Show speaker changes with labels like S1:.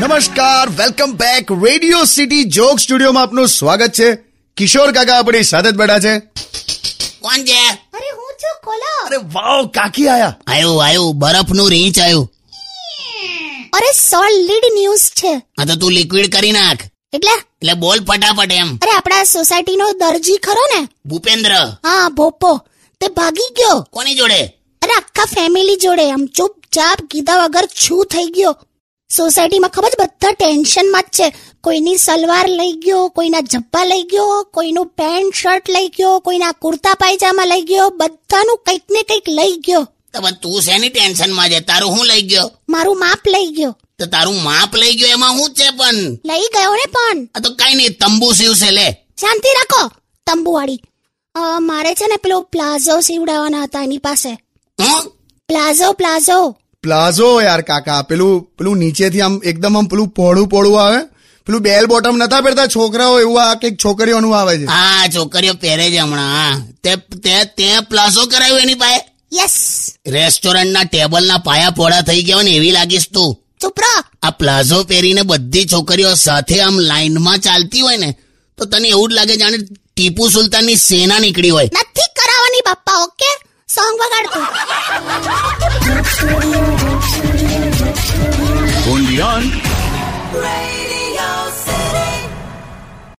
S1: નમસ્કાર welcome back radio city joke સ્ટુડિયોમાં આપનું સ્વાગત છે કિશોર કાકા આપણી સાથે જ બેઠા છે
S2: કોણ છે
S3: અરે હું છું કોલા
S1: અરે વાવ કાકી આયા
S2: આવ્યું આવ્યું બરફનું રીંચ આવ્યું
S3: અરે સોલિડ ન્યૂઝ છે
S2: હા તો તું લિક્વિડ કરી નાખ
S3: એટલે
S2: એટલે બોલ ફટાફટ એમ
S3: અરે આપણા સોસાયટીનો દરજી ખરો ને
S2: ભૂપેન્દ્ર
S3: હા ભોપો તે ભાગી ગયો
S2: કોની જોડે
S3: અરે આખા ફેમિલી જોડે આમ ચૂપચાપ કીધા વગર છું થઈ ગયો સોસાયટીમાં ખબર છે બધા ટેન્શનમાં જ છે કોઈની સલવાર લઈ ગયો કોઈના જબ્બા લઈ ગયો કોઈનું પેન્ટ શર્ટ લઈ ગયો કોઈના કુર્તા પાયજામા લઈ ગયો બધાનું કંઈક ને કંઈક લઈ ગયો
S2: તો પણ તું શેની ટેન્શનમાં છે તારું હું લઈ ગયો
S3: મારું માપ લઈ ગયો
S2: તો તારું માપ લઈ ગયો એમાં હું છે પણ
S3: લઈ ગયો ને પણ
S2: આ તો કઈ નહીં તંબુ સીવશે લે
S3: શાંતિ રાખો તંબુવાળી અ, મારે છે ને પેલો પ્લાઝો સીવડાવવાના હતા એની પાસે
S2: હું
S3: પ્લાઝો પ્લાઝો
S1: પ્લાઝો યાર કાકા પેલું પેલું નીચેથી આમ એકદમ આમ પેલું પહોળું પહોળું આવે પેલું બેલ બોટમ નતા પહેરતા છોકરાઓ એવું આ કંઈક છોકરીઓનું આવે છે
S2: હા છોકરીઓ પહેરે છે હમણાં હા તે તે તે પ્લાસો કરાવ્યો એની પાસે
S3: યસ
S2: રેસ્ટોરન્ટના ટેબલના પાયા પોળા થઈ ગયા હોય ને એવી લાગીશ તું
S3: ચૂપ રહો
S2: આ પ્લાઝો પહેરીને બધી છોકરીઓ સાથે આમ લાઈનમાં ચાલતી હોય ને તો તને એવું જ લાગે જાણે ટીપુ સુલતાનની સેના નીકળી હોય
S3: નથી